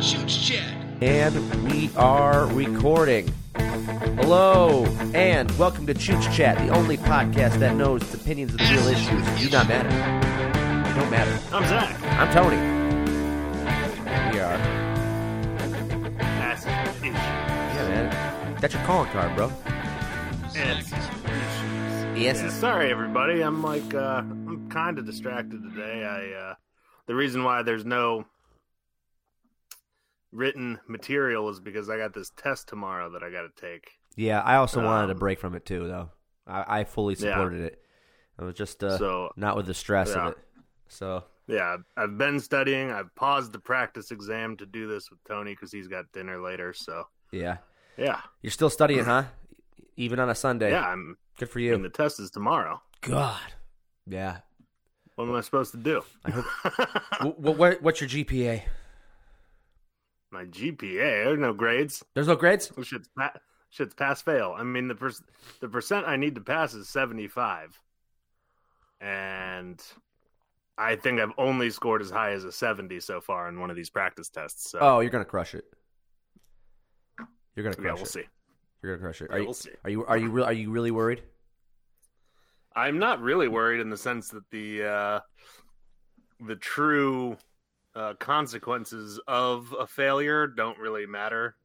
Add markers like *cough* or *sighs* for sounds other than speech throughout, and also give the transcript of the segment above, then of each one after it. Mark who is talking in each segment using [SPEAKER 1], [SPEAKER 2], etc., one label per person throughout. [SPEAKER 1] Shoots Chad.
[SPEAKER 2] And we are recording. Hello, and welcome to Chooch Chat, the only podcast that knows its opinions of the real issues do not matter. Don't matter.
[SPEAKER 3] I'm Zach.
[SPEAKER 2] I'm Tony. We are.
[SPEAKER 3] That's issues.
[SPEAKER 2] Yeah, man. That's your calling card, bro.
[SPEAKER 3] It's issues.
[SPEAKER 2] Yes.
[SPEAKER 3] Yeah, sorry, everybody. I'm like, uh, I'm kind of distracted today. I, uh, the reason why there's no written material is because I got this test tomorrow that I got to take.
[SPEAKER 2] Yeah, I also wanted a
[SPEAKER 3] Um,
[SPEAKER 2] break from it too, though. I, I fully
[SPEAKER 3] Yeah.
[SPEAKER 2] supported it. I was just uh,
[SPEAKER 3] So-
[SPEAKER 2] not with the stress
[SPEAKER 3] Yeah.
[SPEAKER 2] of it. So
[SPEAKER 3] Yeah, I've- I've been studying. I've paused the practice exam to do this with Tony because he's got dinner later. So,
[SPEAKER 2] yeah,
[SPEAKER 3] yeah,
[SPEAKER 2] you're still studying, huh? Even on a Sunday.
[SPEAKER 3] yeah, I'm.
[SPEAKER 2] Good for
[SPEAKER 3] And
[SPEAKER 2] you.
[SPEAKER 3] the test is tomorrow.
[SPEAKER 2] God. Yeah.
[SPEAKER 3] What am I supposed to do?
[SPEAKER 2] what, what, what's your GPA?
[SPEAKER 3] *laughs* My GPA. There are no grades.
[SPEAKER 2] There's no grades.
[SPEAKER 3] Well, shit's pa- shit's pass fail. I mean the per- the percent I need to pass is seventy five, and I think I've only scored as high as a seventy so far in one of these practice tests. So
[SPEAKER 2] Oh, you're gonna crush it. You're gonna
[SPEAKER 3] yeah,
[SPEAKER 2] crush
[SPEAKER 3] we'll
[SPEAKER 2] it.
[SPEAKER 3] see.
[SPEAKER 2] You're gonna crush it. Are
[SPEAKER 3] Yeah,
[SPEAKER 2] you,
[SPEAKER 3] we'll see.
[SPEAKER 2] Are you are you real? Are you really worried?
[SPEAKER 3] I'm not really worried in the sense that the uh, the true uh, consequences of a failure don't really matter.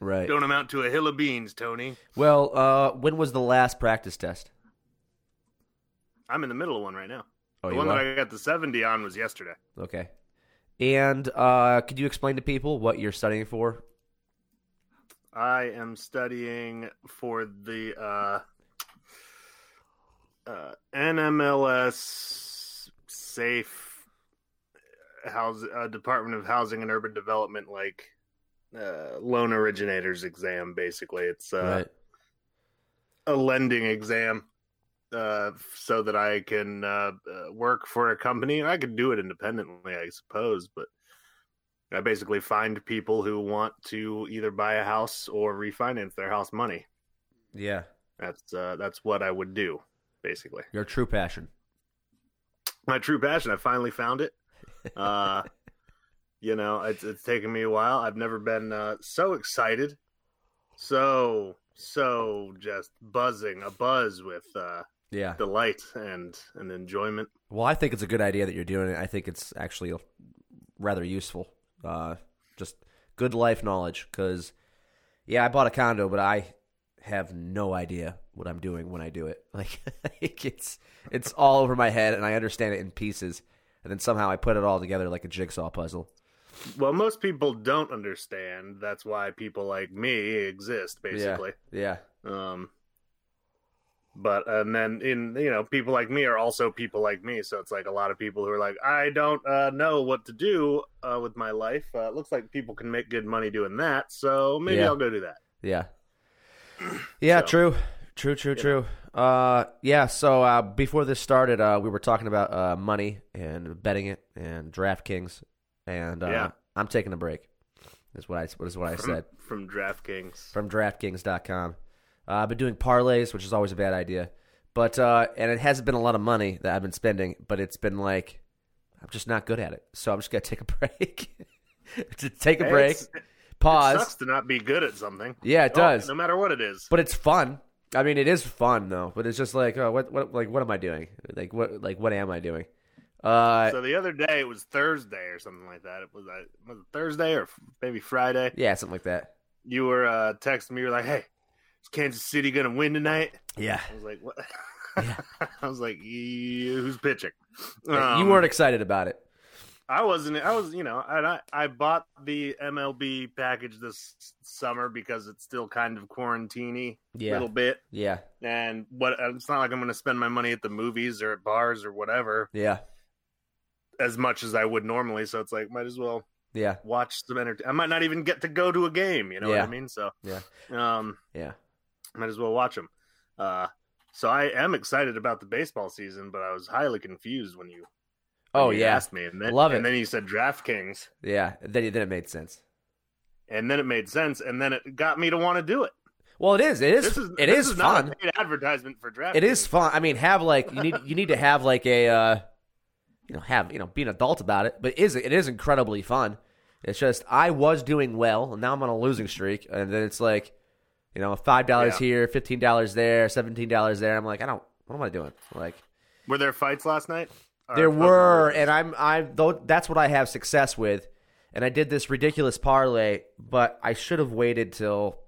[SPEAKER 2] Right.
[SPEAKER 3] Don't amount to a hill of beans, Tony.
[SPEAKER 2] Well, uh, when was the last practice test?
[SPEAKER 3] I'm in the middle of one right now.
[SPEAKER 2] Oh,
[SPEAKER 3] the
[SPEAKER 2] you
[SPEAKER 3] one
[SPEAKER 2] are.
[SPEAKER 3] that I got the seventy on was yesterday.
[SPEAKER 2] Okay. And uh, could you explain to people what you're studying for?
[SPEAKER 3] I am studying for the uh, uh, NMLS safe house uh, Department of Housing and Urban Development, like uh, loan originators exam. Basically, it's uh, a lending exam. Uh, so that I can uh, uh, work for a company. I could do it independently, I suppose, but I basically find people who want to either buy a house or refinance their house money.
[SPEAKER 2] Yeah.
[SPEAKER 3] That's uh, that's what I would do, basically.
[SPEAKER 2] Your true passion.
[SPEAKER 3] My true passion. I finally found it. Uh, you know, it's it's taken me a while. I've never been uh, so excited, so so just buzzing, a buzz with uh,
[SPEAKER 2] Yeah.
[SPEAKER 3] delight and and enjoyment.
[SPEAKER 2] Well, I think it's a good idea that you're doing it. I think it's actually rather useful. Uh, just good life knowledge. Because, yeah, I bought a condo, but I have no idea what I'm doing when I do it. *laughs* Like, it's it's all over my head, and I understand it in pieces. And then somehow I put it all together like a jigsaw puzzle.
[SPEAKER 3] Well, most people don't understand. That's why people like me exist, basically.
[SPEAKER 2] Yeah.
[SPEAKER 3] Um, but and then in you know people like me are also people like me, so it's like a lot of people who are like, I don't uh, know what to do uh, with my life. Uh, it looks like people can make good money doing that, so maybe
[SPEAKER 2] Yeah.
[SPEAKER 3] I'll go do that.
[SPEAKER 2] Yeah. Yeah,
[SPEAKER 3] So-
[SPEAKER 2] true. True, true, true. Uh yeah, so uh before this started, uh we were talking about uh money and betting it and DraftKings and uh
[SPEAKER 3] Yeah.
[SPEAKER 2] I'm taking a break. Is what I what is what I said
[SPEAKER 3] From DraftKings,
[SPEAKER 2] from DraftKings.com. Uh, I've been doing parlays, which is always a bad idea, but uh, and it hasn't been a lot of money that I've been spending, but it's been like I'm just not good at it, so I'm just gonna *laughs* take a break. to take a
[SPEAKER 3] Hey,
[SPEAKER 2] break,
[SPEAKER 3] it's-
[SPEAKER 2] pause.
[SPEAKER 3] sucks to not be good at something.
[SPEAKER 2] Yeah, it
[SPEAKER 3] Oh,
[SPEAKER 2] does.
[SPEAKER 3] no matter what it is.
[SPEAKER 2] But it's fun. I mean, it is fun though. But it's just like, oh, what, what, like, what am I doing? Like, what, like, what am I doing? Uh,
[SPEAKER 3] so the other day it was Thursday or something like that. It was, uh, was it Thursday or f- maybe Friday.
[SPEAKER 2] yeah, something like that.
[SPEAKER 3] You were uh, texting me. You were like, "Hey, is Kansas City gonna win tonight?"
[SPEAKER 2] Yeah,
[SPEAKER 3] I was like, "What?"
[SPEAKER 2] Yeah.
[SPEAKER 3] *laughs* I was like, "Yeah, "Who's pitching?"
[SPEAKER 2] you
[SPEAKER 3] Um,
[SPEAKER 2] weren't excited about it.
[SPEAKER 3] I wasn't. I was. You know, and I I bought the MLB package this summer because it's still kind of quarantiney a
[SPEAKER 2] Yeah.
[SPEAKER 3] little bit.
[SPEAKER 2] Yeah,
[SPEAKER 3] And what it's not like I'm going to spend my money at the movies or at bars or whatever
[SPEAKER 2] yeah,
[SPEAKER 3] as much as I would normally. So it's like, might as well
[SPEAKER 2] yeah,
[SPEAKER 3] watch some entertainment. I might not even get to go to a game. You know
[SPEAKER 2] Yeah.
[SPEAKER 3] what I mean? So
[SPEAKER 2] Yeah.
[SPEAKER 3] Um.
[SPEAKER 2] yeah.
[SPEAKER 3] might as well watch them. Uh, so I am excited about the baseball season, but I was highly confused when you. when
[SPEAKER 2] Oh
[SPEAKER 3] you
[SPEAKER 2] yeah,
[SPEAKER 3] asked me, and then,
[SPEAKER 2] Love it.
[SPEAKER 3] And then you said DraftKings,
[SPEAKER 2] yeah. Then, then it made sense.
[SPEAKER 3] and then it made sense, and then it got me to want to do it.
[SPEAKER 2] Well, it is. It is.
[SPEAKER 3] This is
[SPEAKER 2] it
[SPEAKER 3] this
[SPEAKER 2] is
[SPEAKER 3] not a
[SPEAKER 2] fun.
[SPEAKER 3] paid advertisement for DraftKings.
[SPEAKER 2] It is fun. I mean, have like you need. You need to have like a, uh, you know, have you know, be an adult about it. But is it is incredibly fun. It's just I was doing well, and now I'm on a losing streak, and then it's like, you know, five dollars
[SPEAKER 3] Yeah.
[SPEAKER 2] here, fifteen dollars there, seventeen dollars there. I'm like, I don't. What am I doing? Like
[SPEAKER 3] Were there fights last night? Or-
[SPEAKER 2] there were, and I'm I though that's what I have success with, and I did this ridiculous parlay, but I should have waited till.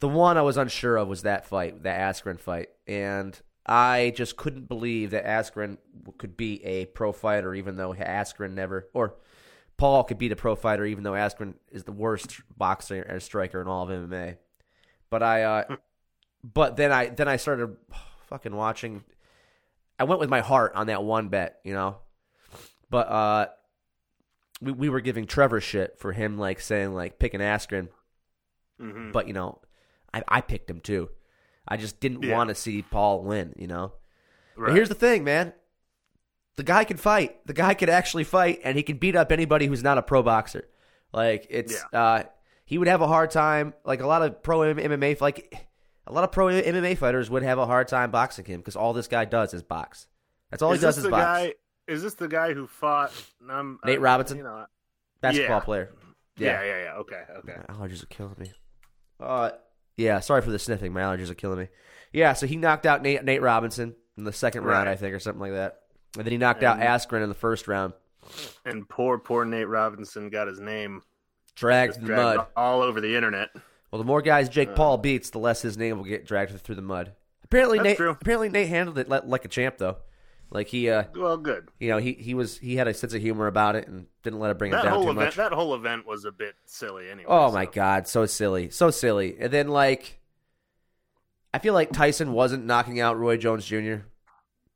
[SPEAKER 2] The one I was unsure of was that fight, that Askren fight, and I just couldn't believe that Askren could be a pro fighter, even though Askren never or Paul could beat a pro fighter, even though Askren is the worst boxer and striker in all of MMA. But I, uh, but then I then I started fucking watching I went with my heart on that one bet, you know. But uh we we were giving Trevor shit for him like saying like picking Askren,
[SPEAKER 3] Mhm.
[SPEAKER 2] but you know, I I picked him too. I just didn't
[SPEAKER 3] Yeah.
[SPEAKER 2] want to see Paul win, you know. But
[SPEAKER 3] Right.
[SPEAKER 2] here's the thing, man. The guy can fight. The guy can actually fight and he can beat up anybody who's not a pro boxer. Like it's uh he would have a hard time like a lot of pro M- MMA like a lot of pro MMA fighters would have a hard time boxing him cuz all this guy does is box. That's all
[SPEAKER 3] Is
[SPEAKER 2] he does is
[SPEAKER 3] this the
[SPEAKER 2] box.
[SPEAKER 3] guy? Is this the guy who fought um,
[SPEAKER 2] Nate
[SPEAKER 3] uh,
[SPEAKER 2] Robinson?
[SPEAKER 3] You know,
[SPEAKER 2] basketball
[SPEAKER 3] Yeah.
[SPEAKER 2] player.
[SPEAKER 3] yeah. yeah, yeah, Okay, okay.
[SPEAKER 2] My allergies are killing me. Uh, yeah. Sorry for the sniffing. My allergies are killing me. Yeah. So he knocked out Nate, Nate Robinson in the second round,
[SPEAKER 3] Right.
[SPEAKER 2] I think, or something like that. And then he knocked out Askren in the first round.
[SPEAKER 3] And poor, poor Nate Robinson got his name
[SPEAKER 2] Dragged
[SPEAKER 3] just
[SPEAKER 2] through the
[SPEAKER 3] dragged
[SPEAKER 2] mud.
[SPEAKER 3] all over the internet.
[SPEAKER 2] Well, the more guys Jake
[SPEAKER 3] Uh,
[SPEAKER 2] Paul beats, the less his name will get dragged through the mud. Apparently,
[SPEAKER 3] That's
[SPEAKER 2] Nate.
[SPEAKER 3] true.
[SPEAKER 2] Apparently, Nate handled it like, like a champ, though. Like he, uh,
[SPEAKER 3] Well, good.
[SPEAKER 2] you know, he, he was he had a sense of humor about it and didn't let it bring him
[SPEAKER 3] That
[SPEAKER 2] down
[SPEAKER 3] whole
[SPEAKER 2] too
[SPEAKER 3] event,
[SPEAKER 2] much.
[SPEAKER 3] that whole event was a bit silly. Anyway.
[SPEAKER 2] Oh
[SPEAKER 3] so.
[SPEAKER 2] my god, so silly, so silly. And then like, I feel like Tyson wasn't knocking out Roy Jones Jr.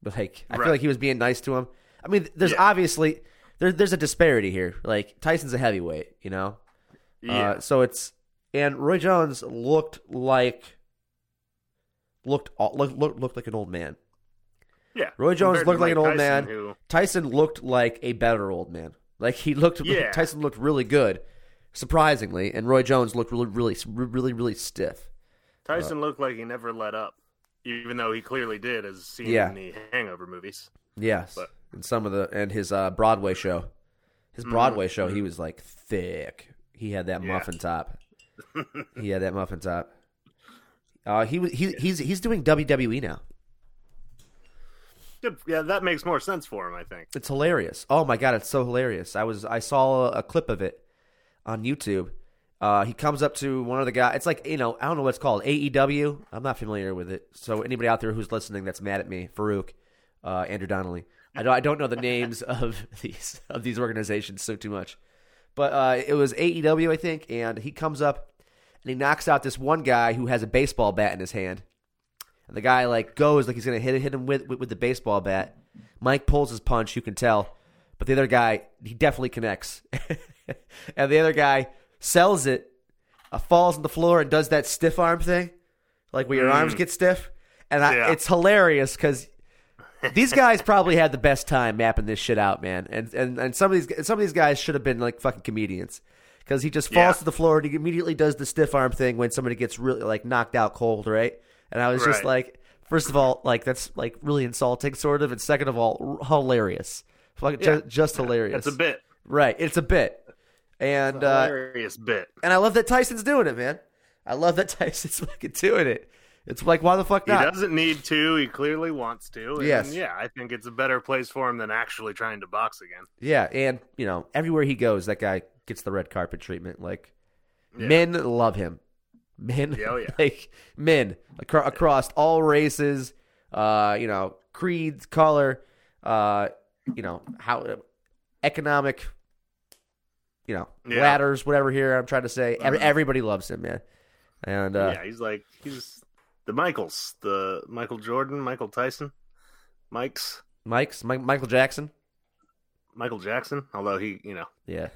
[SPEAKER 2] But like, I
[SPEAKER 3] Right.
[SPEAKER 2] feel like he was being nice to him. I mean, there's
[SPEAKER 3] Yeah.
[SPEAKER 2] obviously there, there's a disparity here. Like Tyson's a heavyweight, you know.
[SPEAKER 3] Yeah.
[SPEAKER 2] Uh, so it's and Roy Jones looked like looked all- looked looked, looked like an old man.
[SPEAKER 3] yeah.
[SPEAKER 2] Roy Jones looked
[SPEAKER 3] Compared to
[SPEAKER 2] like an
[SPEAKER 3] Mike
[SPEAKER 2] old
[SPEAKER 3] Tyson,
[SPEAKER 2] man. Uh,
[SPEAKER 3] Who,
[SPEAKER 2] Tyson looked like a better old man. Like he looked, *laughs*
[SPEAKER 3] Yeah.
[SPEAKER 2] Tyson looked really good, surprisingly, and Roy Jones looked really, really, really, really stiff.
[SPEAKER 3] Tyson looked like he never let up, even though he clearly did, as seen
[SPEAKER 2] Yeah.
[SPEAKER 3] in the Hangover movies.
[SPEAKER 2] Yes,
[SPEAKER 3] But-
[SPEAKER 2] and some of the and his uh, Broadway show, his Broadway show, he was like thick. He had that
[SPEAKER 3] Mm-hmm. Yeah.
[SPEAKER 2] muffin top.
[SPEAKER 3] *laughs*
[SPEAKER 2] he had that muffin top. Uh, he was he he's he's doing WWE now.
[SPEAKER 3] Good. Yeah, that makes more sense for him, I think.
[SPEAKER 2] It's hilarious. Oh my god, it's so hilarious. I was I saw a, a clip of it on YouTube. Uh, he comes up to one of the guys. It's like you know I don't know what it's called AEW. I'm not familiar with it. So anybody out there who's listening that's mad at me, Farouk, uh, Andrew Donnelly. I don't I don't know the names *laughs* of these of these organizations so too much, but uh, it was AEW I think, and he comes up and he knocks out this one guy who has a baseball bat in his hand. And the guy like goes like he's gonna hit hit him with, with with the baseball bat. Mike pulls his punch, you can tell, but the other guy he definitely connects, *laughs* and the other guy sells it, uh, falls on the floor and does that stiff arm thing, like where your arms get stiff, and I,
[SPEAKER 3] Yeah.
[SPEAKER 2] it's hilarious because. these guys probably had the best time mapping this shit out, man. And and, and some of these some of these guys should have been like fucking comedians because he just falls
[SPEAKER 3] Yeah.
[SPEAKER 2] to the floor and he immediately does the stiff arm thing when somebody gets really like knocked out cold, right? And I was just
[SPEAKER 3] Right.
[SPEAKER 2] like, first of all, like that's like really insulting, sort of, and second of all, r- hilarious, Fuck, ju-
[SPEAKER 3] Yeah.
[SPEAKER 2] just hilarious.
[SPEAKER 3] That's a bit.
[SPEAKER 2] right? It's a bit, and uh,
[SPEAKER 3] Hilarious bit.
[SPEAKER 2] and I love that Tyson's doing it, man. I love that *laughs* Tyson's fucking doing it. It's like why the fuck
[SPEAKER 3] He
[SPEAKER 2] not?
[SPEAKER 3] doesn't need to. He clearly wants to. And
[SPEAKER 2] Yes.
[SPEAKER 3] Yeah, I think it's a better place for him than actually trying to box again.
[SPEAKER 2] Yeah, and you know, everywhere he goes, that guy gets the red carpet treatment. Like
[SPEAKER 3] Yeah.
[SPEAKER 2] men love him. Men,
[SPEAKER 3] Yeah, oh, yeah.
[SPEAKER 2] *laughs* like men acro- across all races, uh, you know, creeds, color, uh, you know, how economic, you know,
[SPEAKER 3] Yeah. Uh-huh.
[SPEAKER 2] ladders, whatever. Here, I'm trying to say, every, everybody loves him, man. And uh,
[SPEAKER 3] yeah, he's like he's the Michaels, the Michael Jordan, Michael Tyson, Mike's,
[SPEAKER 2] Mike's Mi- Michael Jackson.
[SPEAKER 3] Michael Jackson. Although he, you know,
[SPEAKER 2] Yeah,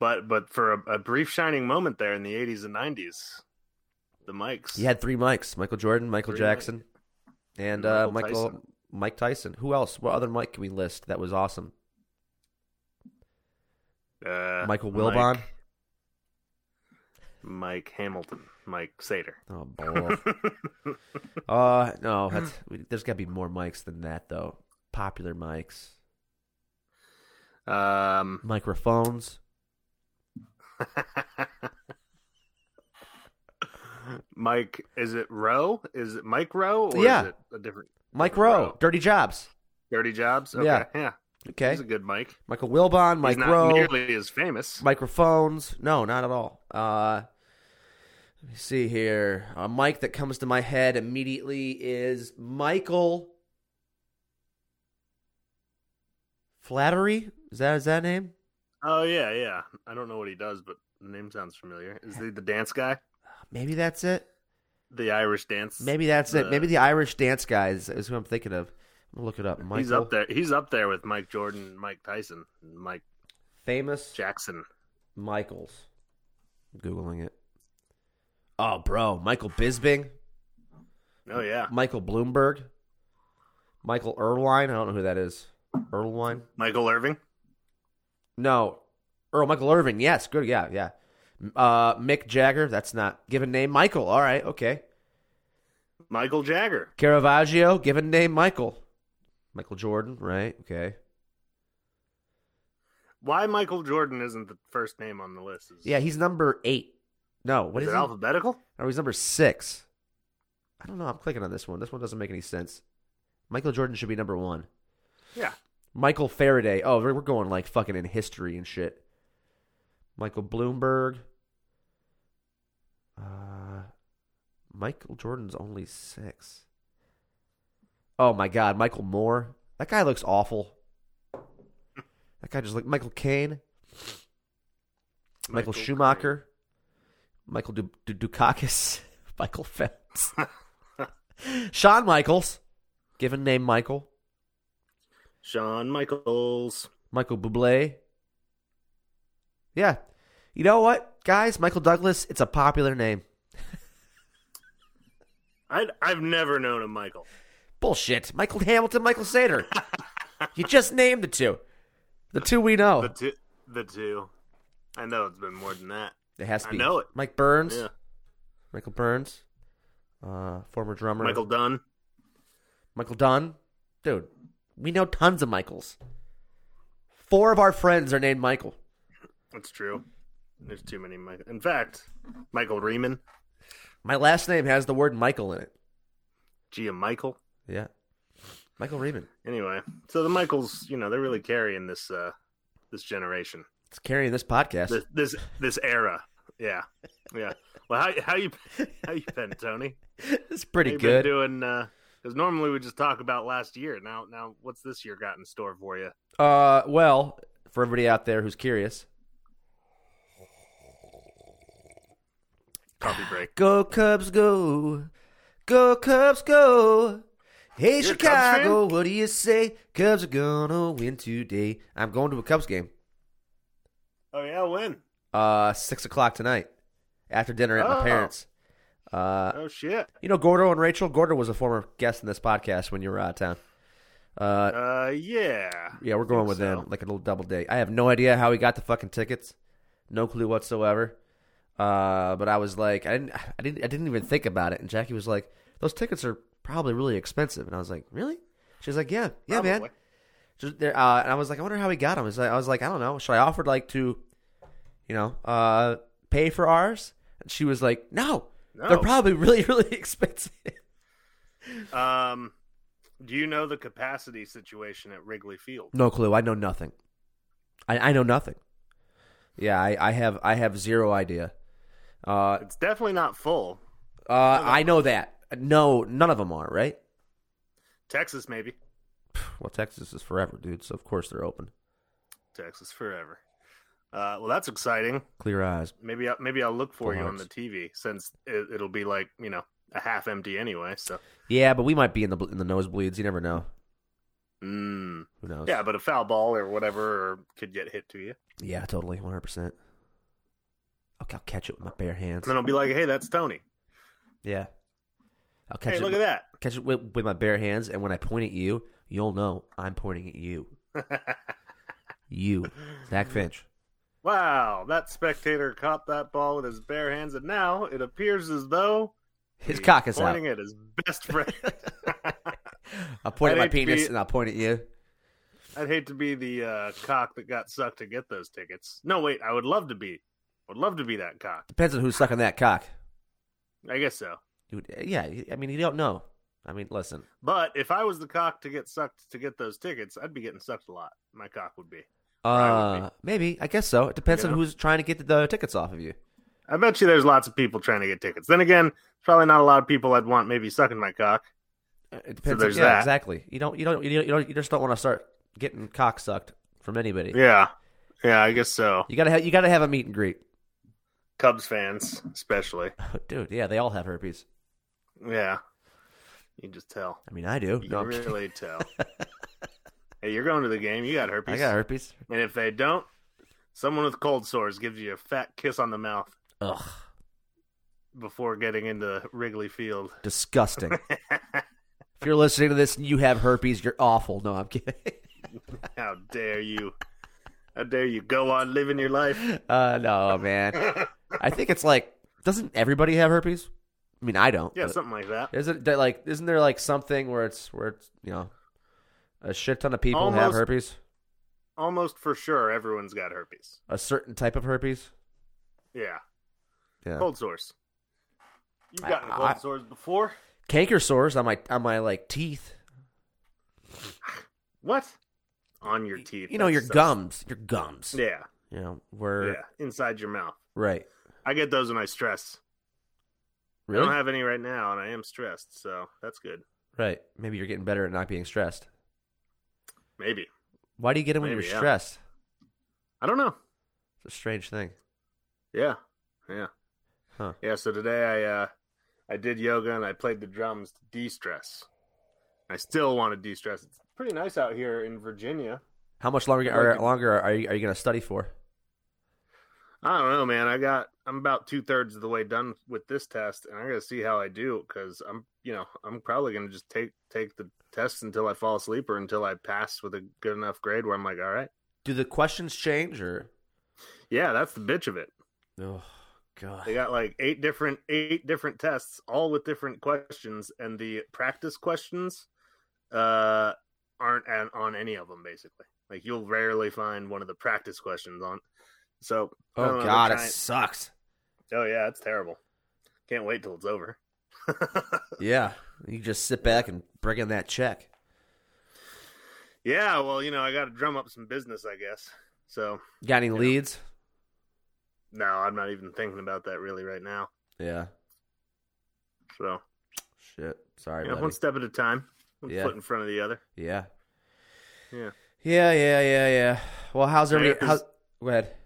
[SPEAKER 3] but but for a, a brief shining moment there in the '80s and '90s, the Mike's.
[SPEAKER 2] he had three mics: Michael Jordan, Michael
[SPEAKER 3] Three
[SPEAKER 2] Jackson, and uh,
[SPEAKER 3] Michael
[SPEAKER 2] Michael
[SPEAKER 3] Tyson.
[SPEAKER 2] Mike Tyson. Who else? What other Mike can we list that was awesome?
[SPEAKER 3] uh,
[SPEAKER 2] Michael
[SPEAKER 3] Mike-
[SPEAKER 2] Wilbon.
[SPEAKER 3] Mike, Hamilton, Mike
[SPEAKER 2] *laughs*
[SPEAKER 3] Sater. *laughs*
[SPEAKER 2] Oh, boy. uh, no, that's, we- there's got to be more mics than that, though. Popular mics.
[SPEAKER 3] Um,
[SPEAKER 2] Microphones.
[SPEAKER 3] Mike, is it Rowe? Is it Mike Rowe? Or
[SPEAKER 2] Yeah.
[SPEAKER 3] Is it a different
[SPEAKER 2] Mike
[SPEAKER 3] different
[SPEAKER 2] Rowe. Dirty Jobs.
[SPEAKER 3] Dirty Jobs? Okay.
[SPEAKER 2] Yeah.
[SPEAKER 3] Yeah.
[SPEAKER 2] Okay.
[SPEAKER 3] He's a good Mike.
[SPEAKER 2] Michael Wilbon, Mike
[SPEAKER 3] He's not
[SPEAKER 2] Rowe.
[SPEAKER 3] nearly as famous.
[SPEAKER 2] microphones. No, not at all. Uh, let me see here. A mic that comes to my head immediately is Michael Flattery. Is that is that name?
[SPEAKER 3] Oh, yeah, yeah. I don't know what he does, but the name sounds familiar. Is he the dance guy?
[SPEAKER 2] Maybe that's it.
[SPEAKER 3] The Irish dance?
[SPEAKER 2] Maybe that's it.
[SPEAKER 3] Uh,
[SPEAKER 2] Maybe the Irish dance guy is, is who I'm thinking of. I'm gonna look it up. Michael,
[SPEAKER 3] He's up there. He's up there with Mike Jordan, Mike Tyson, and Mike
[SPEAKER 2] famous
[SPEAKER 3] Jackson.
[SPEAKER 2] Michaels. I'm googling it. Oh, bro, Michael Bisbing.
[SPEAKER 3] Oh, yeah.
[SPEAKER 2] Michael Bloomberg, Michael Erline. I don't know who that is. Erline?
[SPEAKER 3] Michael Irving?
[SPEAKER 2] No, Earl Michael Irving. Yes, good. Yeah, yeah. Uh, Mick Jagger. That's not given name. Michael. All right, okay.
[SPEAKER 3] Michael Jagger.
[SPEAKER 2] Caravaggio. Given name. Michael. Michael Jordan. Right. Okay.
[SPEAKER 3] Why Michael Jordan isn't the first name on the list? Is,
[SPEAKER 2] Yeah, he's number eight. No, what
[SPEAKER 3] is
[SPEAKER 2] is,
[SPEAKER 3] it
[SPEAKER 2] he?
[SPEAKER 3] alphabetical?
[SPEAKER 2] Oh, he's number six. I don't know. I'm clicking on this one. This one doesn't make any sense. Michael Jordan should be number one.
[SPEAKER 3] Yeah.
[SPEAKER 2] Michael Faraday. Oh, we're we're going like fucking in history and shit. Michael Bloomberg. Uh, Michael Jordan's only six. Oh my God, Michael Moore. That guy looks awful. That guy just look Michael Caine. Michael, Schumacher. Michael Du- Du- Dukakis. *laughs* Michael Phelps. *laughs* Sean Michaels. Given name Michael.
[SPEAKER 3] Sean Michaels.
[SPEAKER 2] Michael Bublé. Yeah. You know what, guys? Michael Douglas, it's a popular name.
[SPEAKER 3] I, I've never known a Michael.
[SPEAKER 2] Bullshit. Michael Hamilton, Michael
[SPEAKER 3] *laughs*
[SPEAKER 2] Sater. you just named the two. The two we know.
[SPEAKER 3] The two. The two. I know it's been more than that.
[SPEAKER 2] it has to
[SPEAKER 3] I
[SPEAKER 2] be.
[SPEAKER 3] know it.
[SPEAKER 2] Mike Burns.
[SPEAKER 3] Yeah.
[SPEAKER 2] Michael Burns. Uh, former drummer.
[SPEAKER 3] Michael Dunn.
[SPEAKER 2] Michael Dunn. Dude, we know tons of Michaels. Four of our friends are named Michael.
[SPEAKER 3] That's true. There's too many Michael. In fact, Michael Riemann.
[SPEAKER 2] My last name has the word Michael in it.
[SPEAKER 3] Gia Michael.
[SPEAKER 2] Yeah. Michael Raymond.
[SPEAKER 3] Anyway, so the Michaels, you know, they're really carrying this uh this generation.
[SPEAKER 2] It's carrying this podcast.
[SPEAKER 3] This this this era. Yeah. Yeah. Well, how how you how you been, Tony?
[SPEAKER 2] *laughs* it's pretty
[SPEAKER 3] How you
[SPEAKER 2] good.
[SPEAKER 3] Been doing because normally we just talk about last year. Now, now, what's this year got in store for you?
[SPEAKER 2] Uh, well, for everybody out there who's curious,
[SPEAKER 3] Coffee break.
[SPEAKER 2] go Cubs, go, go Cubs, go. Hey
[SPEAKER 3] You're a Cubs
[SPEAKER 2] Chicago, what do you say? Cubs are gonna win today. I'm going to a Cubs game.
[SPEAKER 3] *sighs* Oh yeah, when?
[SPEAKER 2] Uh, six o'clock tonight, after dinner at my
[SPEAKER 3] Oh.
[SPEAKER 2] parents. Uh,
[SPEAKER 3] Oh shit.
[SPEAKER 2] you know Gordo and Rachel. Gordo was a former guest in this podcast when you were out of town. Uh,
[SPEAKER 3] Uh, yeah.
[SPEAKER 2] Yeah, we're
[SPEAKER 3] I
[SPEAKER 2] going
[SPEAKER 3] think
[SPEAKER 2] with
[SPEAKER 3] so.
[SPEAKER 2] them, like a little double date. I have no idea how he got the fucking tickets, no clue whatsoever. Uh, but I was like, I didn't, I didn't, I didn't even think about it. And Jackie was like, "Those tickets are probably really expensive." And I was like, "Really?" She was like, "Yeah, yeah, man."
[SPEAKER 3] Probably.
[SPEAKER 2] Just there, uh, and I was like, "I wonder how he got them." I was like, I, was like, "I don't know." Should I offer like to, you know, uh, pay for ours? And she was like, "No,
[SPEAKER 3] No.
[SPEAKER 2] they're probably really, *laughs* really expensive."
[SPEAKER 3] Um, do you know the capacity situation at Wrigley Field?
[SPEAKER 2] No clue. I know nothing. I, I know nothing. Yeah, I, I have I have zero idea. Uh,
[SPEAKER 3] It's definitely not full.
[SPEAKER 2] uh, I know that. No, none of them are right.
[SPEAKER 3] Texas, maybe.
[SPEAKER 2] Well, Texas is forever, dude. So of course they're open.
[SPEAKER 3] Texas forever. Uh, well, that's exciting.
[SPEAKER 2] Clear eyes.
[SPEAKER 3] Maybe I, maybe I'll look for
[SPEAKER 2] Full
[SPEAKER 3] you on
[SPEAKER 2] hearts.
[SPEAKER 3] the TV since it, it'll be like you know a half empty anyway. So,
[SPEAKER 2] Yeah, but we might be in the bl- in the nosebleeds. You never know.
[SPEAKER 3] mm.
[SPEAKER 2] Who knows?
[SPEAKER 3] yeah, but a foul ball or whatever could get hit to you.
[SPEAKER 2] yeah, totally, one hundred percent. Okay, I'll catch it with my bare hands.
[SPEAKER 3] And then I'll be like, hey, that's Tony.
[SPEAKER 2] Yeah, I'll catch
[SPEAKER 3] hey,
[SPEAKER 2] it.
[SPEAKER 3] look
[SPEAKER 2] with-
[SPEAKER 3] at that.
[SPEAKER 2] Catch it with, with my bare hands, and when I point at you, you'll know I'm pointing at
[SPEAKER 3] *laughs*
[SPEAKER 2] you. you, Zach Finch.
[SPEAKER 3] Wow, that spectator caught that ball with his bare hands, and now it appears as though
[SPEAKER 2] His
[SPEAKER 3] he's
[SPEAKER 2] cock is out.
[SPEAKER 3] pointing at his best friend.
[SPEAKER 2] *laughs*
[SPEAKER 3] *laughs*
[SPEAKER 2] I'll point at my
[SPEAKER 3] NHP
[SPEAKER 2] penis and I'll point at you.
[SPEAKER 3] I'd hate to be the uh, cock that got sucked to get those tickets. No, wait, I would love to be. Would love to be that cock.
[SPEAKER 2] Depends on who's sucking that cock.
[SPEAKER 3] I guess so.
[SPEAKER 2] Dude, yeah, I mean, you don't know. I mean, listen.
[SPEAKER 3] But if I was the cock to get sucked to get those tickets, I'd be getting sucked a lot. My cock would be.
[SPEAKER 2] Uh, I would be. maybe I guess so. It depends
[SPEAKER 3] You
[SPEAKER 2] on
[SPEAKER 3] know?
[SPEAKER 2] who's trying to get the tickets off of you.
[SPEAKER 3] I bet you there's lots of people trying to get tickets. Then again, probably not a lot of people I'd want maybe sucking my cock.
[SPEAKER 2] Uh, It depends.
[SPEAKER 3] there's
[SPEAKER 2] yeah,
[SPEAKER 3] that.
[SPEAKER 2] exactly. You don't. You don't. You, don't, you just don't want to start getting cock sucked from anybody.
[SPEAKER 3] Yeah. Yeah, I guess so.
[SPEAKER 2] You gotta. Have, you gotta have a meet and greet. *laughs*
[SPEAKER 3] Cubs fans, especially.
[SPEAKER 2] Dude, yeah, they all have herpes.
[SPEAKER 3] Yeah. You just tell.
[SPEAKER 2] I mean, I do.
[SPEAKER 3] You
[SPEAKER 2] No,
[SPEAKER 3] can
[SPEAKER 2] I'm kidding. *laughs*
[SPEAKER 3] really tell. hey, you're going to the game. You got herpes.
[SPEAKER 2] I got herpes.
[SPEAKER 3] And if they don't, someone with cold sores gives you a fat kiss on the mouth *laughs*
[SPEAKER 2] Ugh,
[SPEAKER 3] before getting into Wrigley Field. *laughs*
[SPEAKER 2] disgusting. if you're listening to this and you have herpes, you're awful. No, I'm kidding. *laughs*
[SPEAKER 3] How dare you? How dare you go on living your life?
[SPEAKER 2] Uh, no, man. I think it's like, doesn't everybody have herpes? I mean, I don't.
[SPEAKER 3] Yeah,
[SPEAKER 2] but-
[SPEAKER 3] something like that.
[SPEAKER 2] Isn't there like isn't there like something where it's where it's you know a shit ton of people have
[SPEAKER 3] Almost-
[SPEAKER 2] herpes?
[SPEAKER 3] Almost for sure, everyone's got herpes.
[SPEAKER 2] A certain type of herpes?
[SPEAKER 3] Yeah.
[SPEAKER 2] Yeah.
[SPEAKER 3] Cold sores. You've
[SPEAKER 2] I-
[SPEAKER 3] gotten
[SPEAKER 2] I-
[SPEAKER 3] cold sores before?
[SPEAKER 2] Canker sores on my on my like teeth.
[SPEAKER 3] What? On your teeth.
[SPEAKER 2] You know,
[SPEAKER 3] that
[SPEAKER 2] your
[SPEAKER 3] sucks.
[SPEAKER 2] gums. Your gums.
[SPEAKER 3] Yeah.
[SPEAKER 2] You know, where
[SPEAKER 3] Yeah. Inside your mouth.
[SPEAKER 2] right.
[SPEAKER 3] I get those when I stress. I
[SPEAKER 2] Really?
[SPEAKER 3] don't have any right now, and I am stressed, so that's good.
[SPEAKER 2] right. Maybe you're getting better at not being stressed.
[SPEAKER 3] Maybe.
[SPEAKER 2] Why do you get them when
[SPEAKER 3] Maybe,
[SPEAKER 2] you're
[SPEAKER 3] yeah.
[SPEAKER 2] stressed?
[SPEAKER 3] I don't know.
[SPEAKER 2] It's a strange thing.
[SPEAKER 3] Yeah. Yeah.
[SPEAKER 2] Huh.
[SPEAKER 3] Yeah, so today I uh I did yoga and I played the drums to de-stress. I still want to de-stress. It's pretty nice out here in Virginia.
[SPEAKER 2] How much longer
[SPEAKER 3] I'd like
[SPEAKER 2] are,
[SPEAKER 3] to-
[SPEAKER 2] longer are you, are you going to study for?
[SPEAKER 3] I don't know, man. I got I'm about two thirds of the way done with this test, and I gotta see how I do because I'm you know I'm probably gonna just take take the test until I fall asleep or until I pass with a good enough grade where I'm like, all right,
[SPEAKER 2] Do the questions change or?
[SPEAKER 3] yeah, that's the bitch of it.
[SPEAKER 2] Oh
[SPEAKER 3] They
[SPEAKER 2] god.
[SPEAKER 3] got like eight different eight different tests, all with different questions, and the practice questions uh aren't an, on any of them basically. Like you'll rarely find one of the practice questions on. So I don't
[SPEAKER 2] Oh
[SPEAKER 3] know,
[SPEAKER 2] god,
[SPEAKER 3] they're
[SPEAKER 2] it
[SPEAKER 3] trying-
[SPEAKER 2] sucks.
[SPEAKER 3] *laughs* oh yeah, it's terrible. Can't wait till it's over. *laughs*
[SPEAKER 2] Yeah, you just sit back and bring in that check.
[SPEAKER 3] Yeah, well, you know, I got to drum up some business, I guess. So,
[SPEAKER 2] Got any
[SPEAKER 3] know.
[SPEAKER 2] leads?
[SPEAKER 3] no, I'm not even thinking about that really right now.
[SPEAKER 2] Yeah.
[SPEAKER 3] So,
[SPEAKER 2] Shit. Sorry,
[SPEAKER 3] you know,
[SPEAKER 2] buddy.
[SPEAKER 3] one step at a time, one
[SPEAKER 2] Yeah.
[SPEAKER 3] foot in front of the other.
[SPEAKER 2] Yeah.
[SPEAKER 3] Yeah.
[SPEAKER 2] Yeah, yeah, yeah, yeah. Well, how's
[SPEAKER 3] I
[SPEAKER 2] everybody?
[SPEAKER 3] got
[SPEAKER 2] How,
[SPEAKER 3] this-
[SPEAKER 2] go ahead.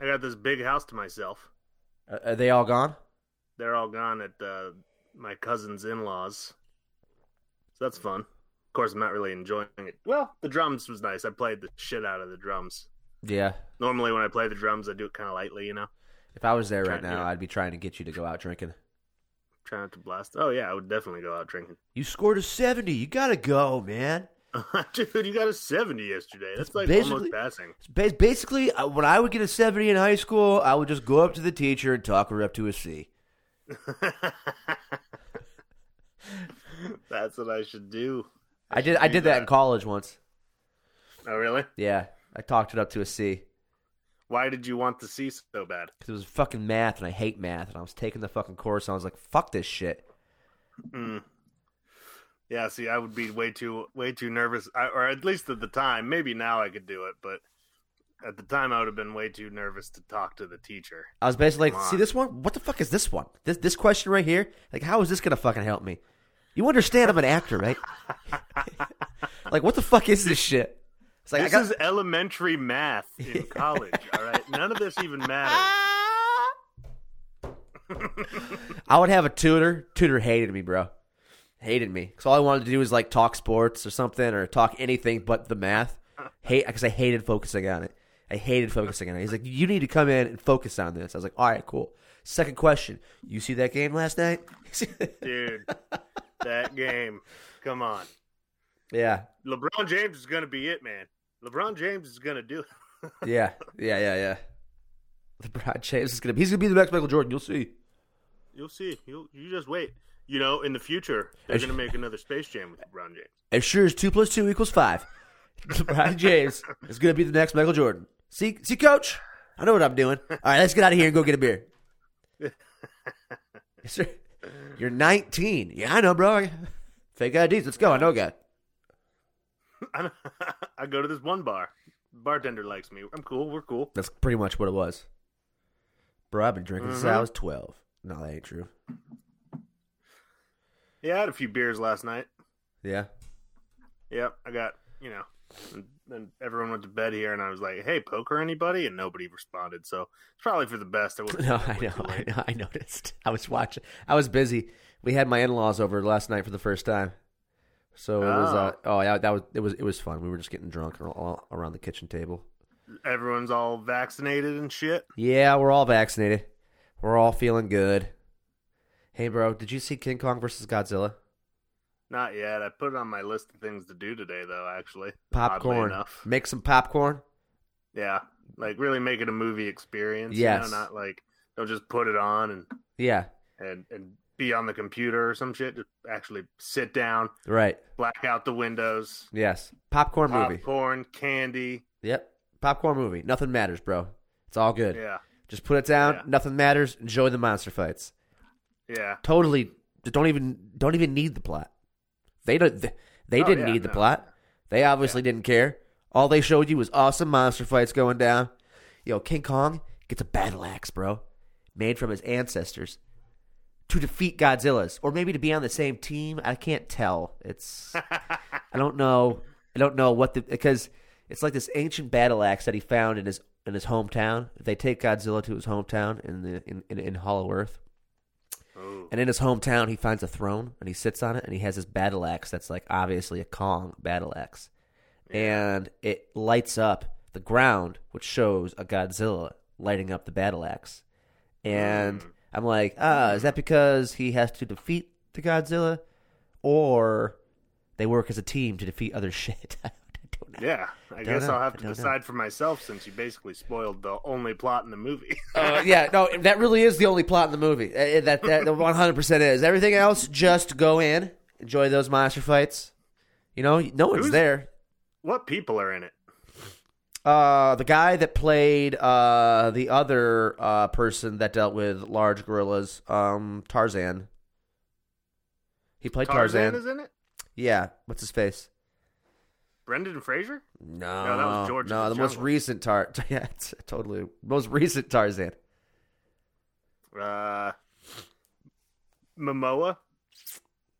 [SPEAKER 3] I got this big house to myself.
[SPEAKER 2] Are, are they all gone?
[SPEAKER 3] They're all gone at uh, my cousin's in laws. So, that's fun. Of course, I'm not really enjoying it. Well, the drums was nice. I played the shit out of the drums.
[SPEAKER 2] Yeah.
[SPEAKER 3] Normally, when I play the drums, I do it kind of lightly, you know?
[SPEAKER 2] If I was there right
[SPEAKER 3] Trying-
[SPEAKER 2] now,
[SPEAKER 3] yeah.
[SPEAKER 2] I'd be trying to get you to go out drinking.
[SPEAKER 3] Try not to blast. Oh, yeah, I would definitely go out drinking. *laughs*
[SPEAKER 2] You scored a seventy. You gotta go, man.
[SPEAKER 3] Dude, you got a 70 yesterday. That's
[SPEAKER 2] That's
[SPEAKER 3] like
[SPEAKER 2] basically-
[SPEAKER 3] almost passing.
[SPEAKER 2] It's ba- Basically, uh, when I would get a seventy in high school, I would just go up to the teacher and talk her up to a C.
[SPEAKER 3] That's what I should do.
[SPEAKER 2] I did. I
[SPEAKER 3] do
[SPEAKER 2] did that in
[SPEAKER 3] that.
[SPEAKER 2] college once.
[SPEAKER 3] Oh, really?
[SPEAKER 2] Yeah, I talked it up to a C.
[SPEAKER 3] Why did you want to see so bad?
[SPEAKER 2] because it was fucking math and I hate math and I was taking the fucking course and I was like, fuck this shit.
[SPEAKER 3] Mm. Yeah, see, I would be way too, way too nervous, I, or at least at the time. Maybe now I could do it, but at the time I would have been way too nervous to talk to the teacher.
[SPEAKER 2] I was basically like,
[SPEAKER 3] Come
[SPEAKER 2] see
[SPEAKER 3] on.
[SPEAKER 2] this one? What the fuck is this one? This this question right here? Like, how is this gonna fucking help me? You understand I'm an actor, right? *laughs* like, what the fuck is this shit? It's like
[SPEAKER 3] This
[SPEAKER 2] I got
[SPEAKER 3] is elementary math
[SPEAKER 2] *laughs*
[SPEAKER 3] in college. all right, none of this even matters.
[SPEAKER 2] I would have a tutor. Tutor hated me, bro. Hated me. Because all I wanted to do was like talk sports or something or talk anything but the math. Hate because I hated focusing on it. I hated focusing on it. He's like, you need to come in and focus on this. I was like, all right, cool. Second question. You see that game last night? *laughs*
[SPEAKER 3] Dude, that game. Come on.
[SPEAKER 2] yeah.
[SPEAKER 3] LeBron James is going to be it, man. LeBron James is going to do it. *laughs*
[SPEAKER 2] Yeah. Yeah. Yeah. *laughs* Yeah. LeBron James is gonna be he's gonna be the next Michael Jordan, you'll see.
[SPEAKER 3] You'll see. You you just wait. You know, in the future, they're
[SPEAKER 2] I sh-
[SPEAKER 3] going to make another Space Jam with LeBron James. *laughs*
[SPEAKER 2] As sure as two plus two equals five. *laughs* LeBron James is going to be the next Michael Jordan. See, see, coach, I know what I'm doing. All right, let's get out of here and go get a beer. Yes, sir. You're 19. Yeah, I know, bro. Fake IDs. Let's go. I know, guy.
[SPEAKER 3] I, *laughs* I go to this one bar. Bartender likes me. I'm cool. We're cool.
[SPEAKER 2] That's pretty much what it was. Bro, I've been drinking since I was 12. No, that ain't true.
[SPEAKER 3] Yeah, I had a few beers last night.
[SPEAKER 2] Yeah.
[SPEAKER 3] Yep, I got you know. And then everyone went to bed here, and I was like, "Hey, poker anybody?" And nobody responded. So it's probably for the best. I
[SPEAKER 2] *laughs*
[SPEAKER 3] would
[SPEAKER 2] No, I know, I know. I noticed. I was watching. I was busy. We had my in-laws over last night for the first time. So it was. Uh, oh, yeah, that was. It was. It was fun. We were just getting drunk all- all around the kitchen table.
[SPEAKER 3] Everyone's all vaccinated and shit.
[SPEAKER 2] Yeah, we're all vaccinated. We're all feeling good. Hey, bro, did you see King Kong versus Godzilla?
[SPEAKER 3] Not yet. I put it on my list of things to do today, though. Actually, Oddly
[SPEAKER 2] Popcorn.
[SPEAKER 3] enough.
[SPEAKER 2] Make some popcorn.
[SPEAKER 3] Yeah, like really make it a movie experience.
[SPEAKER 2] Yes.
[SPEAKER 3] You know, not like don't just put it on and
[SPEAKER 2] Yeah.
[SPEAKER 3] and and be on the computer or some shit. Just actually sit down,
[SPEAKER 2] Right.
[SPEAKER 3] black out the windows,
[SPEAKER 2] Yes. Popcorn movie.
[SPEAKER 3] popcorn, candy.
[SPEAKER 2] Yep. Popcorn movie. Nothing matters, bro. It's all good.
[SPEAKER 3] Yeah,
[SPEAKER 2] Just put it down.
[SPEAKER 3] Yeah.
[SPEAKER 2] Nothing matters. Enjoy the monster fights.
[SPEAKER 3] yeah.
[SPEAKER 2] Totally. Just don't even don't even need the plot. They don't. They, they
[SPEAKER 3] Oh,
[SPEAKER 2] didn't
[SPEAKER 3] yeah,
[SPEAKER 2] need the
[SPEAKER 3] no.
[SPEAKER 2] plot. They obviously didn't care. All they showed you was awesome monster fights going down. Yo, King Kong gets a battle axe, bro, made from his ancestors, to defeat Godzilla's, or maybe to be on the same team. I can't tell.
[SPEAKER 3] *laughs*
[SPEAKER 2] It's I don't know. I don't know what the because it's like this ancient battle axe that he found in his in his hometown. They take Godzilla to his hometown in the in, in, in Hollow Earth,
[SPEAKER 3] Ooh.
[SPEAKER 2] and in his hometown he finds a throne and he sits on it and he has this battle axe that's like obviously a Kong battle axe, and it lights up the ground, which shows a Godzilla lighting up the battle axe, and I'm like, ah, is that because he has to defeat the Godzilla, or they work as a team to defeat other *laughs* shit? I don't know.
[SPEAKER 3] Yeah, I guess
[SPEAKER 2] know.
[SPEAKER 3] I'll have
[SPEAKER 2] I
[SPEAKER 3] to
[SPEAKER 2] don't know.
[SPEAKER 3] decide for myself since you basically spoiled the only plot in the movie. *laughs*
[SPEAKER 2] Uh, yeah, no, that really is the only plot in the movie. Uh, That that one hundred percent is. Everything else, just go in, enjoy those monster fights. You know, no one's
[SPEAKER 3] Who's-
[SPEAKER 2] there.
[SPEAKER 3] what people are in it?
[SPEAKER 2] Uh, the guy that played uh the other uh person that dealt with large gorillas, um, Tarzan. He played Tarzan.
[SPEAKER 3] Tarzan is in it.
[SPEAKER 2] Yeah, what's his face?
[SPEAKER 3] Brendan Fraser.
[SPEAKER 2] No,
[SPEAKER 3] that was George
[SPEAKER 2] No,
[SPEAKER 3] of
[SPEAKER 2] the,
[SPEAKER 3] the
[SPEAKER 2] most
[SPEAKER 3] Jungle.
[SPEAKER 2] recent Tar. *laughs* Yeah, it's totally most recent Tarzan.
[SPEAKER 3] Uh, Momoa.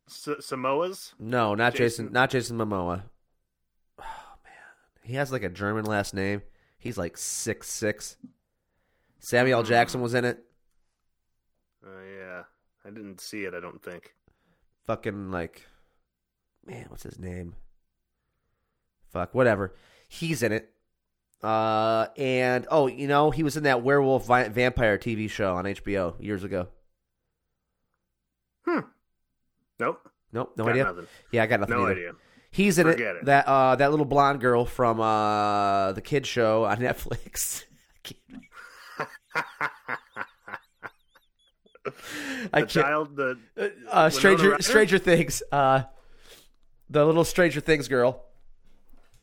[SPEAKER 3] S- Samoa's.
[SPEAKER 2] No, not Jason.
[SPEAKER 3] Jason-
[SPEAKER 2] Not Jason Momoa. Oh man, he has like a German last name. He's like six six. Samuel L. Jackson was in it.
[SPEAKER 3] Uh, yeah, I didn't see it. I don't think.
[SPEAKER 2] Fucking like, man, what's his name? Fuck, whatever. He's in it. Uh, and oh, you know, he was in that werewolf vi- vampire TV show on HBO years ago.
[SPEAKER 3] Nope.
[SPEAKER 2] Nope, no
[SPEAKER 3] Got
[SPEAKER 2] idea.
[SPEAKER 3] nothing.
[SPEAKER 2] Yeah, I got nothing.
[SPEAKER 3] No
[SPEAKER 2] either.
[SPEAKER 3] idea. *laughs*
[SPEAKER 2] He's in it,
[SPEAKER 3] Forget it.
[SPEAKER 2] That uh, that little blonde girl from uh, the kid show on *laughs* Netflix. I can't. I
[SPEAKER 3] The
[SPEAKER 2] can't.
[SPEAKER 3] child. The
[SPEAKER 2] Uh, Stranger
[SPEAKER 3] Ryder?
[SPEAKER 2] Stranger Things. Uh, the little Stranger Things girl.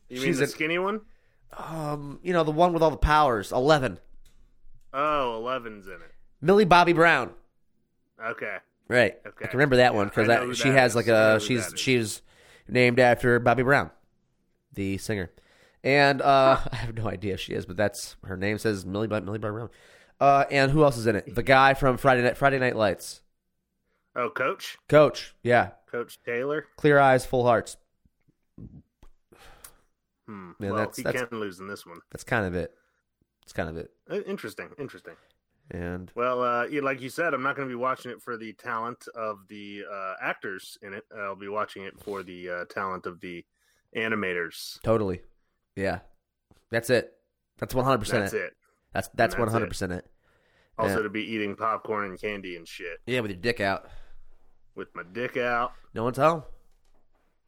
[SPEAKER 3] you mean
[SPEAKER 2] she's
[SPEAKER 3] the
[SPEAKER 2] in-
[SPEAKER 3] skinny one?
[SPEAKER 2] Um, you know the one with all the powers. Eleven.
[SPEAKER 3] Oh, Eleven's in it.
[SPEAKER 2] Millie Bobby Brown.
[SPEAKER 3] Okay.
[SPEAKER 2] Right.
[SPEAKER 3] Okay.
[SPEAKER 2] I can remember that
[SPEAKER 3] Yeah,
[SPEAKER 2] one
[SPEAKER 3] I know
[SPEAKER 2] because
[SPEAKER 3] who
[SPEAKER 2] she
[SPEAKER 3] that
[SPEAKER 2] has
[SPEAKER 3] is.
[SPEAKER 2] like
[SPEAKER 3] I know
[SPEAKER 2] a
[SPEAKER 3] who
[SPEAKER 2] she's
[SPEAKER 3] that is.
[SPEAKER 2] she's named after Bobby Brown, the singer, and uh, *laughs* I have no idea if she is, but that's her name says Millie Bo- Millie Bobby Brown. Uh, and who else is in it? The guy from Friday Night Friday Night Lights,
[SPEAKER 3] Oh, Coach.
[SPEAKER 2] Coach. Yeah,
[SPEAKER 3] Coach Taylor.
[SPEAKER 2] clear eyes, full hearts.
[SPEAKER 3] Hmm.
[SPEAKER 2] Yeah,
[SPEAKER 3] well,
[SPEAKER 2] that's-
[SPEAKER 3] he
[SPEAKER 2] that's-
[SPEAKER 3] can lose in this one.
[SPEAKER 2] That's kind of it. That's kind of it.
[SPEAKER 3] Uh, Interesting. Interesting.
[SPEAKER 2] And
[SPEAKER 3] Well, uh, yeah, like you said, I'm not going to be watching it for the talent of the uh, actors in it. I'll be watching it for the uh, talent of the animators.
[SPEAKER 2] totally, yeah, that's it. That's one hundred percent.
[SPEAKER 3] That's it.
[SPEAKER 2] That's that's
[SPEAKER 3] And
[SPEAKER 2] one
[SPEAKER 3] that's it.
[SPEAKER 2] hundred percent it.
[SPEAKER 3] Also,
[SPEAKER 2] Yeah.
[SPEAKER 3] to be eating popcorn and candy and shit
[SPEAKER 2] Yeah, with your dick out.
[SPEAKER 3] with my dick out.
[SPEAKER 2] No one's home.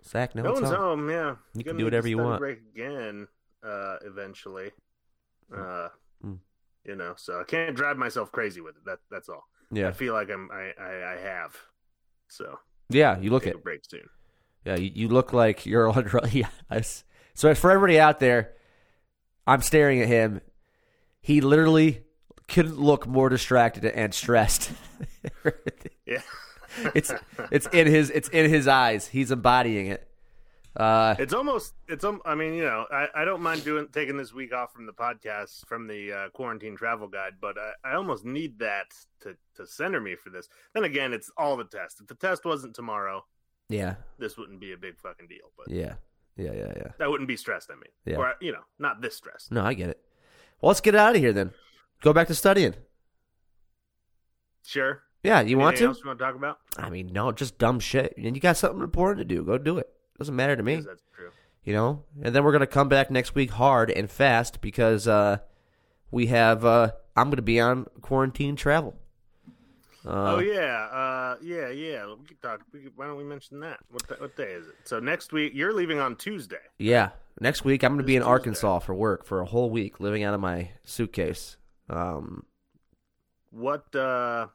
[SPEAKER 2] Zach, no,
[SPEAKER 3] No,
[SPEAKER 2] one's,
[SPEAKER 3] one's
[SPEAKER 2] home.
[SPEAKER 3] home. Yeah,
[SPEAKER 2] You can
[SPEAKER 3] Gonna
[SPEAKER 2] do
[SPEAKER 3] need
[SPEAKER 2] whatever
[SPEAKER 3] to
[SPEAKER 2] you
[SPEAKER 3] study
[SPEAKER 2] want.
[SPEAKER 3] Break again, uh, eventually. Uh,
[SPEAKER 2] Mm.
[SPEAKER 3] you know, so I can't drive myself crazy with it. That that's all.
[SPEAKER 2] Yeah,
[SPEAKER 3] I feel like I'm. I I, I have. So
[SPEAKER 2] yeah. You look
[SPEAKER 3] take
[SPEAKER 2] it.
[SPEAKER 3] a break soon.
[SPEAKER 2] *laughs* Yeah, you, you look like you're on drugs. Yeah, I s- So for everybody out there, I'm staring at him. He literally couldn't look more distracted and stressed. *laughs*
[SPEAKER 3] Yeah. *laughs*
[SPEAKER 2] it's it's in his it's in his eyes. He's embodying it. Uh,
[SPEAKER 3] It's almost it's um, I mean, you know, I, I don't mind doing taking this week off from the podcast from the uh, quarantine travel guide, but I, I almost need that to to center me for this. Then again, it's all the test. If the test wasn't tomorrow,
[SPEAKER 2] yeah,
[SPEAKER 3] this wouldn't be a big fucking deal, but
[SPEAKER 2] yeah, yeah, yeah, yeah.
[SPEAKER 3] I wouldn't be stressed, I mean.
[SPEAKER 2] Yeah.
[SPEAKER 3] Or you know, not this stressed.
[SPEAKER 2] No, I get it. Well, let's get out of here then. Go back to studying.
[SPEAKER 3] Sure.
[SPEAKER 2] Yeah, you want
[SPEAKER 3] Anything
[SPEAKER 2] to?
[SPEAKER 3] else you want to talk about?
[SPEAKER 2] I mean, no, just dumb shit. And you got something important to do. Go do it. Doesn't matter to me,
[SPEAKER 3] Yes, that's true.
[SPEAKER 2] you know. And then we're gonna come back next week hard and fast because uh, we have. Uh, I'm gonna be on quarantine travel. Uh,
[SPEAKER 3] oh yeah, uh, yeah, yeah. We could talk. We could, why don't we mention that? What, th- what day is it? So next week you're leaving on Tuesday.
[SPEAKER 2] Yeah. Next week, I'm going to be in
[SPEAKER 3] This Tuesday.
[SPEAKER 2] Arkansas for work for a whole week, living out of my suitcase. Um,
[SPEAKER 3] What? uh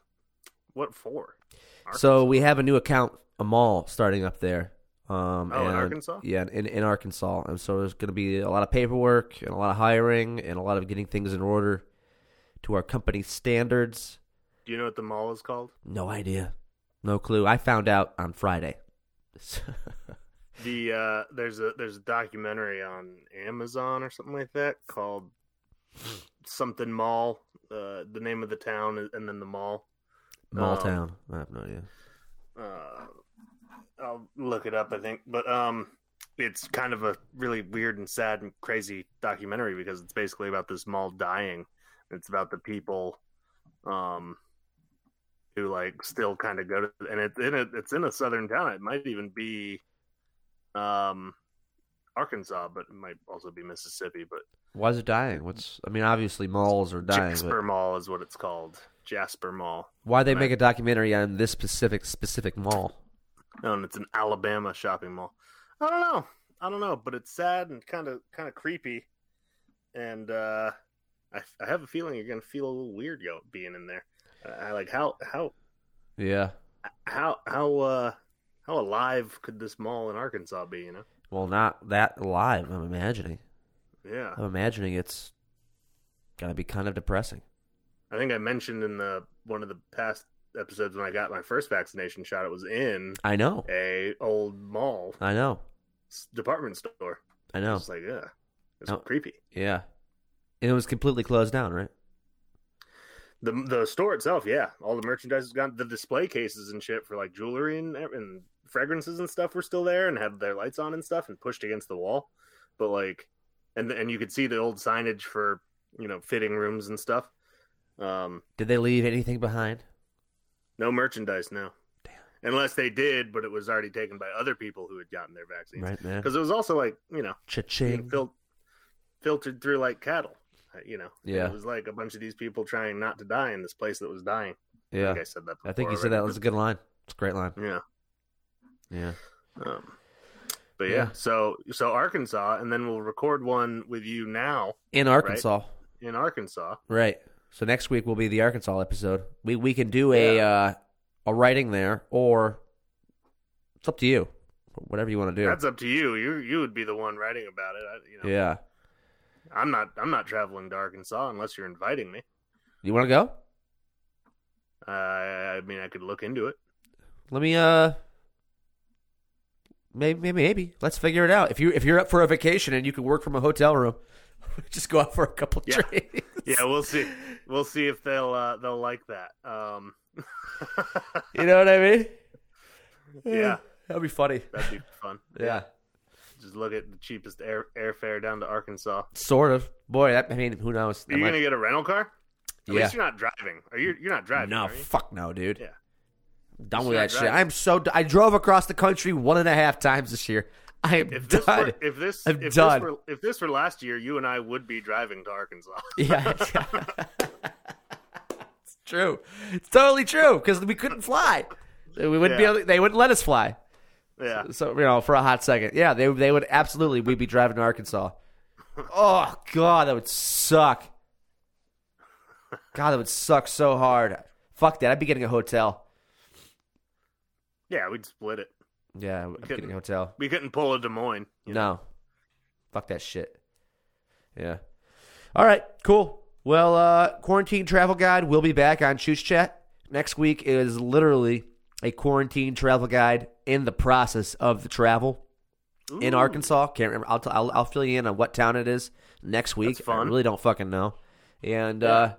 [SPEAKER 3] What for?
[SPEAKER 2] so we have a new account, a mall starting up there. Um,
[SPEAKER 3] Oh, in
[SPEAKER 2] and-
[SPEAKER 3] Arkansas?
[SPEAKER 2] Yeah, in, in Arkansas. And so there's going to be a lot of paperwork and a lot of hiring and a lot of getting things in order to our company standards.
[SPEAKER 3] Do you know what the mall is called?
[SPEAKER 2] No idea. No clue. I found out on Friday. *laughs*
[SPEAKER 3] The uh there's a there's a documentary on Amazon or something like that called something Mall. Uh, the name of the town and then the mall.
[SPEAKER 2] mall
[SPEAKER 3] Um,
[SPEAKER 2] town. I have no idea.
[SPEAKER 3] uh, I'll look it up. I think, but um, it's kind of a really weird and sad and crazy documentary because it's basically about this mall dying. It's about the people, um, who like still kind of go to, and it's in a, it's in a southern town. It might even be, um, Arkansas, but it might also be Mississippi. But
[SPEAKER 2] Why is it dying? What's I mean, obviously malls are dying. but-
[SPEAKER 3] Jasper Mall is what it's called. Jasper Mall.
[SPEAKER 2] Why they
[SPEAKER 3] Right.
[SPEAKER 2] make a documentary on this specific specific mall?
[SPEAKER 3] No, Oh, and it's an Alabama shopping mall. I don't know. I don't know, but it's sad and kind of kind of creepy. And uh, I, I have a feeling you're gonna feel a little weird go, being in there. I, I like how how
[SPEAKER 2] Yeah.
[SPEAKER 3] how how uh how alive could this mall in Arkansas be? You know?
[SPEAKER 2] Well, not that alive. I'm imagining.
[SPEAKER 3] Yeah.
[SPEAKER 2] I'm imagining it's gotta be kind of depressing.
[SPEAKER 3] I think I mentioned in the one of the past episodes when I got my first vaccination shot, it was in
[SPEAKER 2] I know.
[SPEAKER 3] a old mall
[SPEAKER 2] I know.
[SPEAKER 3] s- department store.
[SPEAKER 2] I
[SPEAKER 3] It's
[SPEAKER 2] know.
[SPEAKER 3] like yeah, it's
[SPEAKER 2] No.
[SPEAKER 3] creepy.
[SPEAKER 2] Yeah. And it was completely closed down, right?
[SPEAKER 3] The the store itself, yeah, all the merchandise is gone. The display cases and shit for like jewelry and, and fragrances and stuff were still there and had their lights on and stuff and pushed against the wall. But like, and and you could see the old signage for you know fitting rooms and stuff. Um,
[SPEAKER 2] Did they leave anything behind?
[SPEAKER 3] no merchandise now, unless they did, but it was already taken by other people who had gotten their vaccines.
[SPEAKER 2] Right, man.
[SPEAKER 3] Because it was also like you know being
[SPEAKER 2] Cha-ching.
[SPEAKER 3] fil- filtered through like cattle, Uh, you know.
[SPEAKER 2] Yeah.
[SPEAKER 3] it was like a bunch of these people trying not to die in this place that was dying. I
[SPEAKER 2] Yeah.
[SPEAKER 3] think I said that. Before
[SPEAKER 2] I think you said that
[SPEAKER 3] already,
[SPEAKER 2] was a good line. It's a great line.
[SPEAKER 3] but- yeah.
[SPEAKER 2] Yeah.
[SPEAKER 3] Um, but yeah,
[SPEAKER 2] Yeah.
[SPEAKER 3] so so Arkansas, and then we'll record one with you now
[SPEAKER 2] In Arkansas. Right.
[SPEAKER 3] in Arkansas.
[SPEAKER 2] So next week will be the Arkansas episode. We we can do a
[SPEAKER 3] Yeah.
[SPEAKER 2] uh a writing there or it's up to you. Whatever you want to do.
[SPEAKER 3] That's up to you. You you would be the one writing about it. I, you know,
[SPEAKER 2] Yeah.
[SPEAKER 3] I'm not. I'm not traveling to Arkansas unless you're inviting me.
[SPEAKER 2] You want to go?
[SPEAKER 3] Uh, I mean, I could look
[SPEAKER 2] *laughs*
[SPEAKER 3] into it.
[SPEAKER 2] Let me uh maybe maybe maybe let's figure it out. If you if you're up for a vacation and you can work from a hotel room, *laughs* just go out for a couple
[SPEAKER 3] Yeah.
[SPEAKER 2] drinks.
[SPEAKER 3] Yeah, we'll see. We'll see if they'll uh, they'll like that. Um,
[SPEAKER 2] *laughs* You know what I mean?
[SPEAKER 3] Yeah.
[SPEAKER 2] That'd be funny.
[SPEAKER 3] that'd be fun.
[SPEAKER 2] *laughs* Yeah.
[SPEAKER 3] Just look at the cheapest air airfare down to Arkansas.
[SPEAKER 2] Sort of. Boy, that I mean, who knows?
[SPEAKER 3] Are you gonna get a rental car? At
[SPEAKER 2] Yeah.
[SPEAKER 3] least you're not driving. Are you? You're not driving.
[SPEAKER 2] no,
[SPEAKER 3] are you?
[SPEAKER 2] fuck no, dude.
[SPEAKER 3] Yeah.
[SPEAKER 2] I'm done with
[SPEAKER 3] Start
[SPEAKER 2] that shit.
[SPEAKER 3] driving.
[SPEAKER 2] I'm so d- I drove across the country one and a half times this year. I am
[SPEAKER 3] If this
[SPEAKER 2] done. *laughs*
[SPEAKER 3] were if this
[SPEAKER 2] I'm
[SPEAKER 3] if
[SPEAKER 2] done.
[SPEAKER 3] this were if this were last year, you and I would be driving to Arkansas. *laughs*
[SPEAKER 2] Yeah. *laughs* it's true. It's totally true because we couldn't fly. We wouldn't
[SPEAKER 3] Yeah.
[SPEAKER 2] be able, they wouldn't let us fly.
[SPEAKER 3] yeah.
[SPEAKER 2] So, you know, for a hot second. Yeah, they they would absolutely we'd be driving to Arkansas. Oh god, that would suck. God, that would suck so hard. Fuck that. I'd be getting a hotel.
[SPEAKER 3] Yeah, we'd split it.
[SPEAKER 2] Yeah, I'd be getting
[SPEAKER 3] couldn't-
[SPEAKER 2] a hotel.
[SPEAKER 3] We couldn't pull a Des Moines.
[SPEAKER 2] No. Fuck that shit. Yeah. All right. Cool. Well, uh, quarantine travel guide. We'll be back on Choose Chat next week. Is literally a quarantine travel guide in the process of the travel in
[SPEAKER 3] Ooh.
[SPEAKER 2] Arkansas. Can't remember. I'll, t- I'll I'll fill you in on what town it is next week.
[SPEAKER 3] That's fun.
[SPEAKER 2] I really don't fucking know. And uh,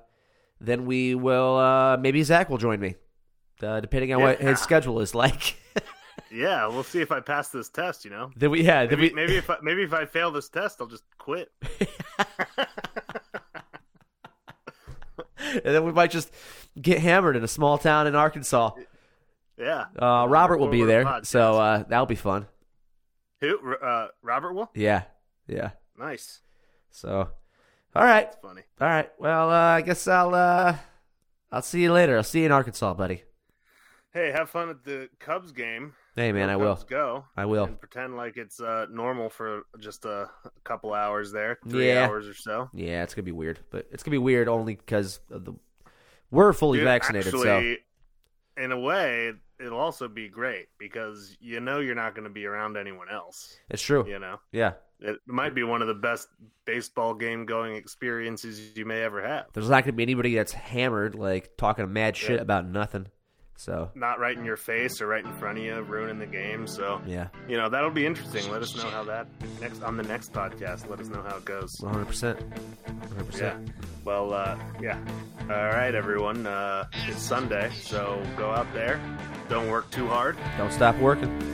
[SPEAKER 2] then we will. Uh, maybe Zach will join me, uh, depending on what
[SPEAKER 3] Yeah.
[SPEAKER 2] his schedule is like. *laughs*
[SPEAKER 3] Yeah, we'll see if I pass this test. You know,
[SPEAKER 2] then we yeah. Then
[SPEAKER 3] maybe,
[SPEAKER 2] we,
[SPEAKER 3] maybe if I, maybe if I fail this test, I'll just quit.
[SPEAKER 2] and then we might just get hammered in a small town in Arkansas.
[SPEAKER 3] Yeah,
[SPEAKER 2] *laughs* Uh, Robert will be
[SPEAKER 3] Forward
[SPEAKER 2] there,
[SPEAKER 3] podcast.
[SPEAKER 2] so uh, that'll be fun.
[SPEAKER 3] who? R- Uh, Robert will.
[SPEAKER 2] Yeah, yeah.
[SPEAKER 3] Nice,
[SPEAKER 2] So, all right,
[SPEAKER 3] that's funny.
[SPEAKER 2] all right. Well, uh, I guess I'll uh, I'll see you later. I'll see you in Arkansas, buddy.
[SPEAKER 3] Hey, have fun at the Cubs game.
[SPEAKER 2] Hey, man, I
[SPEAKER 3] Go
[SPEAKER 2] will.
[SPEAKER 3] Cubs Go.
[SPEAKER 2] I will.
[SPEAKER 3] and pretend like it's uh, normal for just a couple hours there, three
[SPEAKER 2] Yeah.
[SPEAKER 3] hours or so.
[SPEAKER 2] Yeah, it's gonna be weird, but it's gonna be weird only because the we're fully
[SPEAKER 3] Dude,
[SPEAKER 2] vaccinated.
[SPEAKER 3] actually, in a way, it'll also be great because you know you're not going to be around anyone else.
[SPEAKER 2] so it's true. Yeah.
[SPEAKER 3] You know, it might be one of the best baseball game going experiences you may ever have.
[SPEAKER 2] there's not gonna be anybody that's hammered like talking mad shit
[SPEAKER 3] Yeah.
[SPEAKER 2] about nothing. So
[SPEAKER 3] Not right in your face or right in front of you, ruining the game. So
[SPEAKER 2] yeah,
[SPEAKER 3] you know that'll be interesting. Let us know how that next on the next podcast. Let us know how it goes.
[SPEAKER 2] 100, percent 100.
[SPEAKER 3] Yeah.
[SPEAKER 2] percent
[SPEAKER 3] Well, uh, yeah. All right, everyone. Uh, it's Sunday, so go out there. Don't work too hard.
[SPEAKER 2] Don't stop working.